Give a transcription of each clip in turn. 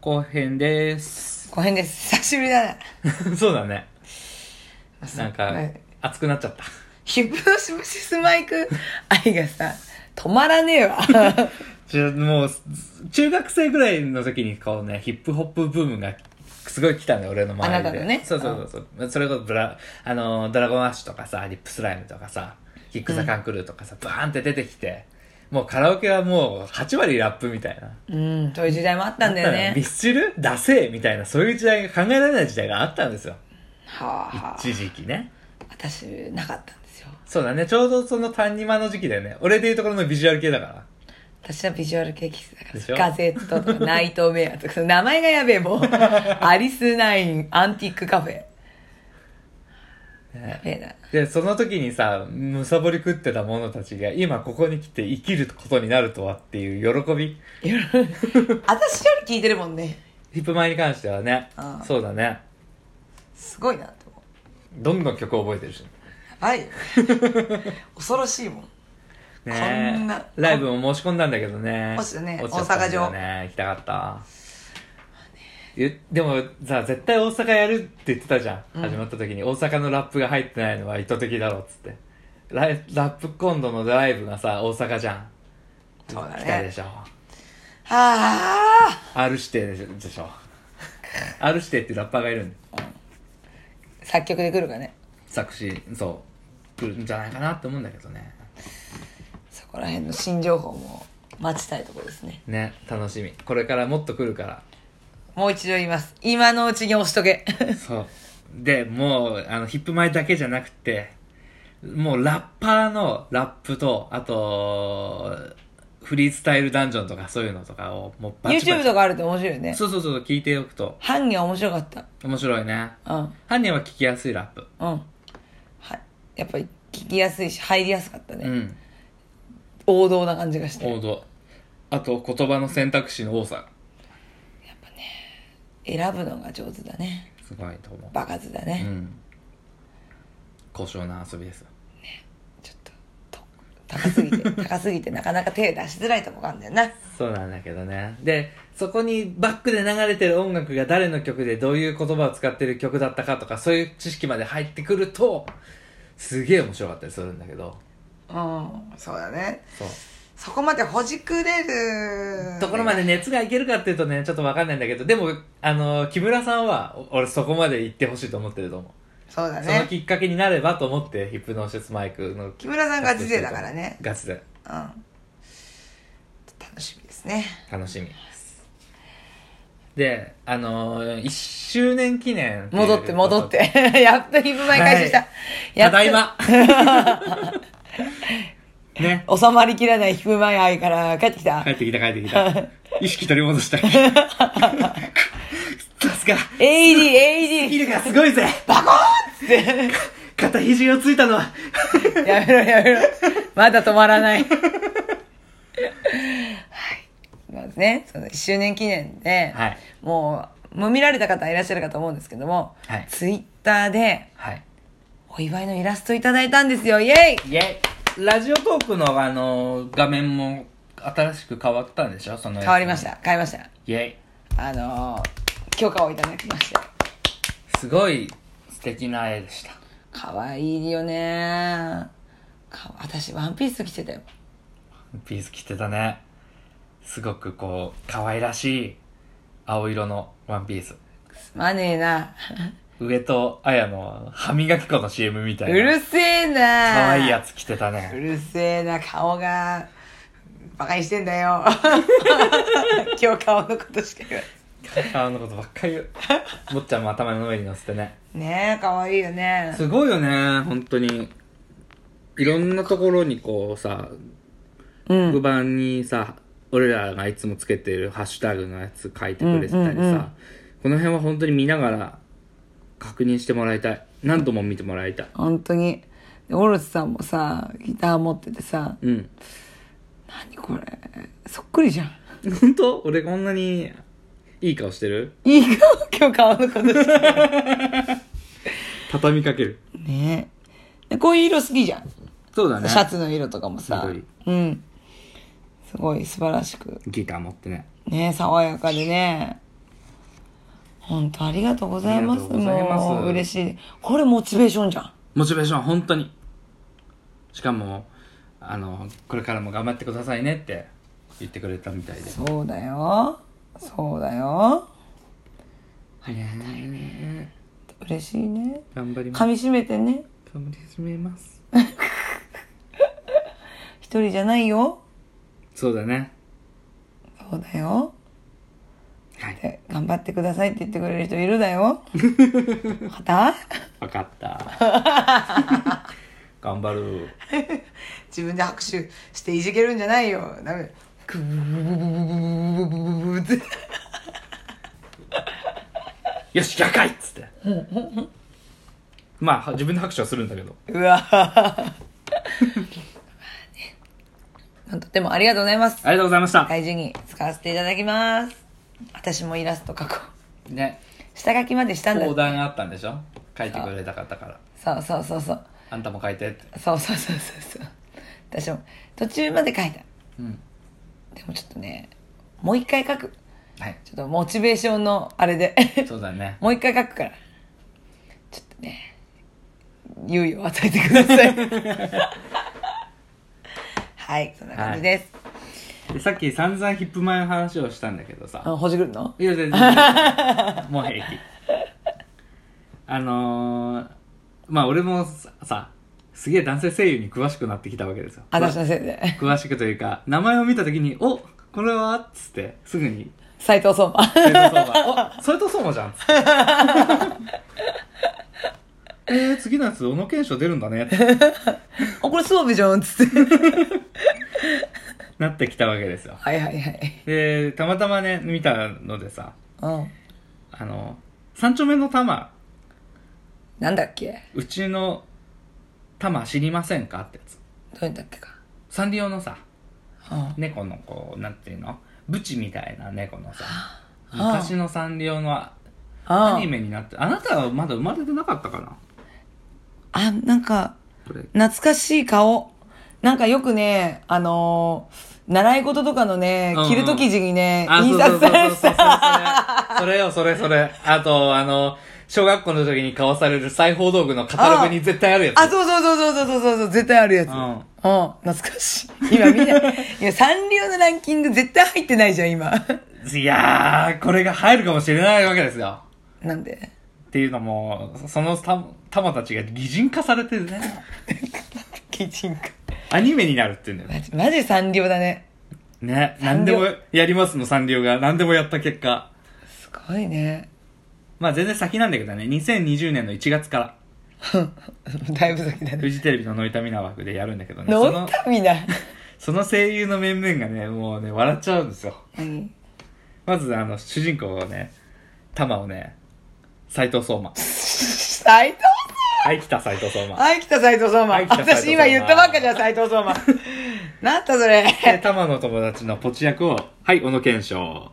後編です後編です久しぶりだね そうだねそうなんかはい熱くなっちゃったヒプノシプシスマイク 愛がさ止まらねえわ ちょもう中学生ぐらいの時にこうねヒップホップブームがすごい来たね俺の周りであなたのねそうそうそうそうそれこそブラあのドラゴンアッシュとかさリップスライムとかさキック・ザ・カンクルーとかさ、バーンって出てきてもうカラオケはもう8割ラップみたいなうんそういう時代もあったんだよミねスチルダセーみたいなそういう時代が考えられない時代があったんですよはあ、はあ、一時期ね私なかったんですよそうだねちょうどその谷間の時期だよね俺でいうところのビジュアル系だから私はビジュアル系キスだかでらしょガゼットとかナイトメアとかその名前がやべ えもうアリスナインアンティークカフェやねべえなで、その時にさ、むさぼり食ってた者たちが、今ここに来て生きることになるとはっていう喜び。私より聞いてるもんねヒップマイに関してはねあ。あそうだね。すごいなと思うどんどん曲覚えてるし。はい 恐ろしいもんねこんなライブも申し込んだんだけどね。落ちたね落ちちゃったんだよね。行きたかった。えでもさ、絶対大阪やるって言ってたじゃん。うん始まった時に大阪のラップが入ってないのは意図的だろうっつって。ライラップ今度のライブがさ、大阪じゃん。そうだ来たでねしょ。ああ R 指定でしょでしょ R 指定っていうラッパーがいるんで作曲で来るかね作詞そう来るんじゃないかなって思うんだけどねそこら辺の新情報も待ちたいところですねね楽しみこれからもっと来るかもう一度言います今のうちに押しと けらそうでもうあのヒップ前だけじゃなくてもうラッパーのラップとあとフリースタイルダンジョンとかそういうのとかをもう YouTube とかあると面白いよねそうそうそう聞いておくと犯人は面白かった面白いねうん犯人は聞きやすいラップうんはやっぱり聞きやすいし入りやすかったね、うん王道な感じがして王道あと言葉の選択肢の多さ選ぶのが上手だねすごいと思うバカずだうね、ん高尚な遊びですよちょっとと高すぎて 高すぎてなかなか手出しづらいとこがあるんだよなそうなんだけどねでそこにバックで流れてる音楽が誰の曲でどういう言葉を使ってる曲だったかとかそういう知識まで入ってくるとすげえ面白かったりするんだけどうんそうだねそうそこまでほじくれるところまで熱がいけるかっていうとねちょっとわかんないんだけどでもあの木村さんはお俺そこまで行ってほしいと思ってると思う、そうだそのきっかけになればと思ってヒップノーシスマイクの木村さガチでうん楽しみですね楽しみですであのー、1周年記念いう戻って戻って やっとヒップマイ開始した、はいやたっとだい まね収まりきらないヒップマイ愛から帰ってきた、帰ってきた帰ってき た意識取り戻 したさすが AD ヒルがすごいぜバコーンっ 肩肘をついたのはてやめろやめろまだ止まらないはいまずねその1周年記念で、はいもうもう見られた方いらっしゃるかと思うんですけども、はいツイッターではいお祝いのイラストいただいたんですよイエイイェイラジオトークのあのー画面も新しく変わったんでしょその変わりました変えましたイェイあのー許可をいただきましてすごい素敵な絵でした可愛いよねか私ワンピース着てたよピース着てたねすごくこう可愛らしい青色のワンピースすまね えな上と綾の歯磨き粉の CM みたういなるせえな可愛いやつつ着てたうねるせえな顔がバカにしてんだ よ今日顔のことしか言わ顔のことばっかり 言う坊ちゃんも頭の上に乗せてねないねえ可愛いよねすごいよね本当にいろんなところにこうさうん黒板にさ俺らがいつもつけてるハッシュタグのやつ書いてくれてたりさ、うんうんうんこの辺は本当に見ながら確認してもらいたい何度も見てもらいたい本当にでオロチさんもさギター持っててさうん 何これそっくりじゃん本当俺こんなにいい顔してるいい顔今日顔のことしか 畳みかけるねえでこういう色好きじゃんそうだシャツの色とかもさ緑うんすごい素晴らしくギター持ってねね爽やかでね本当ありがとうございまあすりがとうございますもう嬉しいこれモチベーションじゃんモチベーション本当にしかもあのこれからも頑張ってくださいねって言ってくれたみたいでそうだよそうだよありがたいね嬉しいね頑張ります噛み締めてね頑張り始めます一人じゃないよそうだねそうだよはいで頑張ってくださいって言ってくれる人いるだよまた分かった 頑張る自分で拍手していじけるんじゃないよダメグブブブブブブブブブってよし100回っつってまあ自分で拍手はするんだけどうわとてもありがとうございますありがとうございました、大事に使わせていただきます私もイラスト描こうね下書きまでしたんだオーダーがあったんでしょ書いてくれたかったからそうそうそうそうあんたも書いてってそうそうそうそうそう私も途中まで書いたうんでもちょっとねもう一回書くはいちょっとモチベーションのあれでそうだねもう一回書くからちょっとね猶予を与えてくだ さいはいそんな感じです、でさっき散々ヒップ前の話をしたんだけどさあほじくるのいや全然もう平気あのー、まあ俺もささすげえ男性声優に詳しくなってきたわけですよ私のせいで詳しくというか名前を見た時に「おこれは?」っつってすぐに斎 藤相馬「それとそうま」お「それとそうまじゃん」っつって えー、次のやつ小野賢章出るんだねってあこれそうじゃんっつってなってきたわけですよはいはいはいでたまたまね見たのでさうんあの三丁目の玉なんだっけうちの玉知りませんかってやつどういうんだっけかサンリオのさうん猫のこうなんていうのブチみたいな猫のさ昔のサンリオのアニメになってあなたはまだ生まれてなかったかなあなんかこれ懐かしい顔なんかよくねあのー習い事とかのね、うんうん着ると生地にねあ印刷されてそうそうそうそうたそれそれよそれそれあとあの小学校の時に買わされる裁縫道具のカタログに絶対あるやつあそうそうそうそうそうそうそう絶対あるやつううんん、懐かしい今見ない今サンリオのランキング絶対入ってないじゃん今いやーこれが入るかもしれないわけですよなんでっていうのもそのた玉たちが擬人化されてねキッチンかアニメになるっていうんだよねマジマジサンリオだねね、サ何ンでリオもやりますの、サンリオが。何でもやった結果。すごいねまあ全然先なんだけどね、2020年の1月から、 だいぶ先だねフジテレビのノイタミナ枠でやるんだけどね、そ乗っの、たみんな、その声優の面々がね、もうね、笑っちゃうんですよ。うん、まず、あの、主人公をね、タマをね、斎藤相馬。斎藤はい、来た斎藤相馬。 はい、来た斎藤相馬。はい来た斉藤私相馬今言ったばっかじゃん、斎藤 相馬。なんだそれ。で、タマの友達のポチ役を、はい、小野賢章。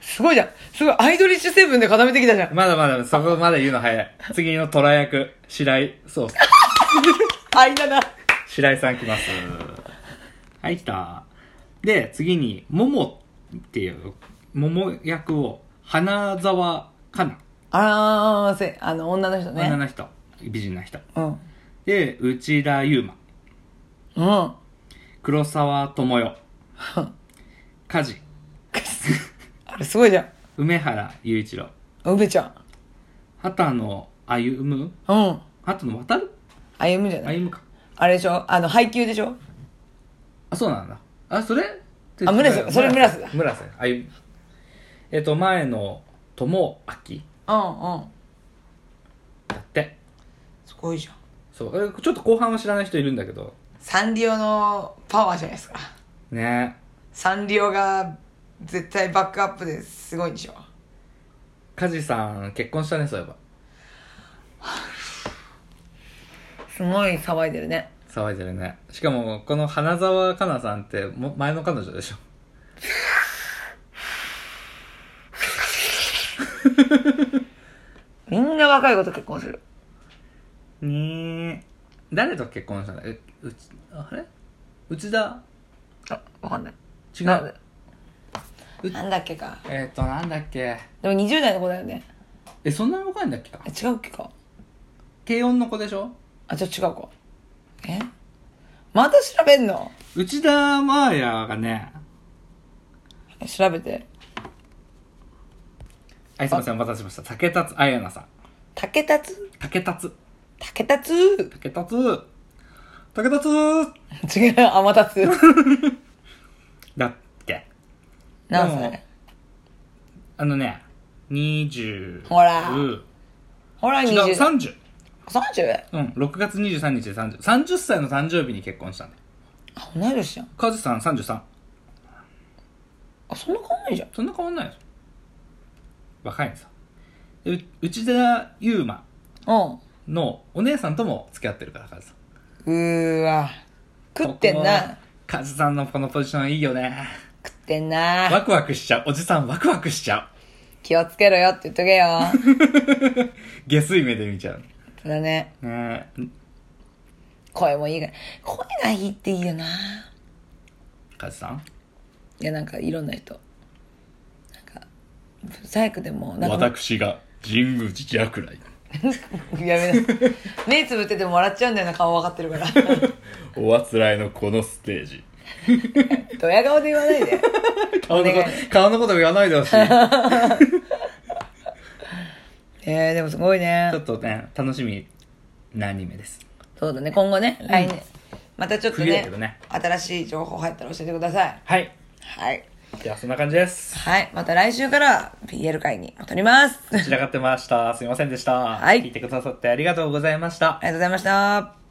すごいじゃん。すごい、アイドリッシュセブンで固めてき たじゃん。まだまだ、そこまだ言うの早い。次の虎役、白井、そう、間だ。白井さん来ます。はい、来た。で、次に、ももっていう、もも役を、花沢香菜。あー、せ、あの、女の人ね。女の人。美人な人。うん。で、内田優馬。うん。黒沢智 代。梶。あれ、すごいじゃん。梅原雄一郎。うべちゃん。畑野歩むうん。畑野渡るあゆむじゃない歩むか。あれでしょあの、配給でしょあ、そうなんだ。あ、それあ村瀬それ村瀬だ村瀬。歩む。えっと、前の友明うんうん。だって。すごいじゃん。そう。えちょっと後半は知らない人いるんだけど。サンリオのパワーじゃないですか。ねサンリオが絶対バックアップですごいんでしょ。梶さん結婚したねそういえばすごい騒いでるね。騒いでるねしかもこの花澤香菜さんっても前の彼女でしょみんな若い子と結婚する。ね誰と結婚したのえうちあれ内田あ、わかんない。違なううなんだっけかえっ、となんだっけでも20代の子だよねえそんなに若いんだっけかえ違うっけか軽音の子でしょあちょっと違うかえまた調べんの内田真礼がね調べてあいすみませんお待たせしました竹達彩菜さん竹立つ竹達竹立竹達竹達つ違う 天立つだっけ何でも歳あのね20ほらうんほら違う2030 30うん6月23日で3030歳の誕生日に結婚したんだよあ同い年じゃんカズさん33あそんな変わんないじゃんそんな変わんないでしょ若いんさう内田優馬うんのお姉さんとも付き合ってるからカズさんうーわ食ってんここなカズさんのこのポジションいいよね食ってんなワクワクしちゃうおじさんワクワクしちゃう気をつけろよって言っと けよ下水目で見ちゃうそうだねねえ声もいいから声がいいっていいよなカズさんいやなんかいろんな人なんかサイクでもなんか私が神宮寺くらいやめ な目つぶってても笑っちゃうんだよな顔分かってる からおあつらいのこのステージドヤ顔で言わないで顔のことお願顔のこと言わないでほしい えー、でもすごいねちょっとね楽しみなアニメですそうだね今後ね来年、またちょっと冬だねけどね新しい情報入ったら教えてくださいはいはいじゃあそんな感じですはいまた来週から PL 会に戻りますあり散らかってましたすいませんでした、はい聞いてくださってありがとうございましたがとうございました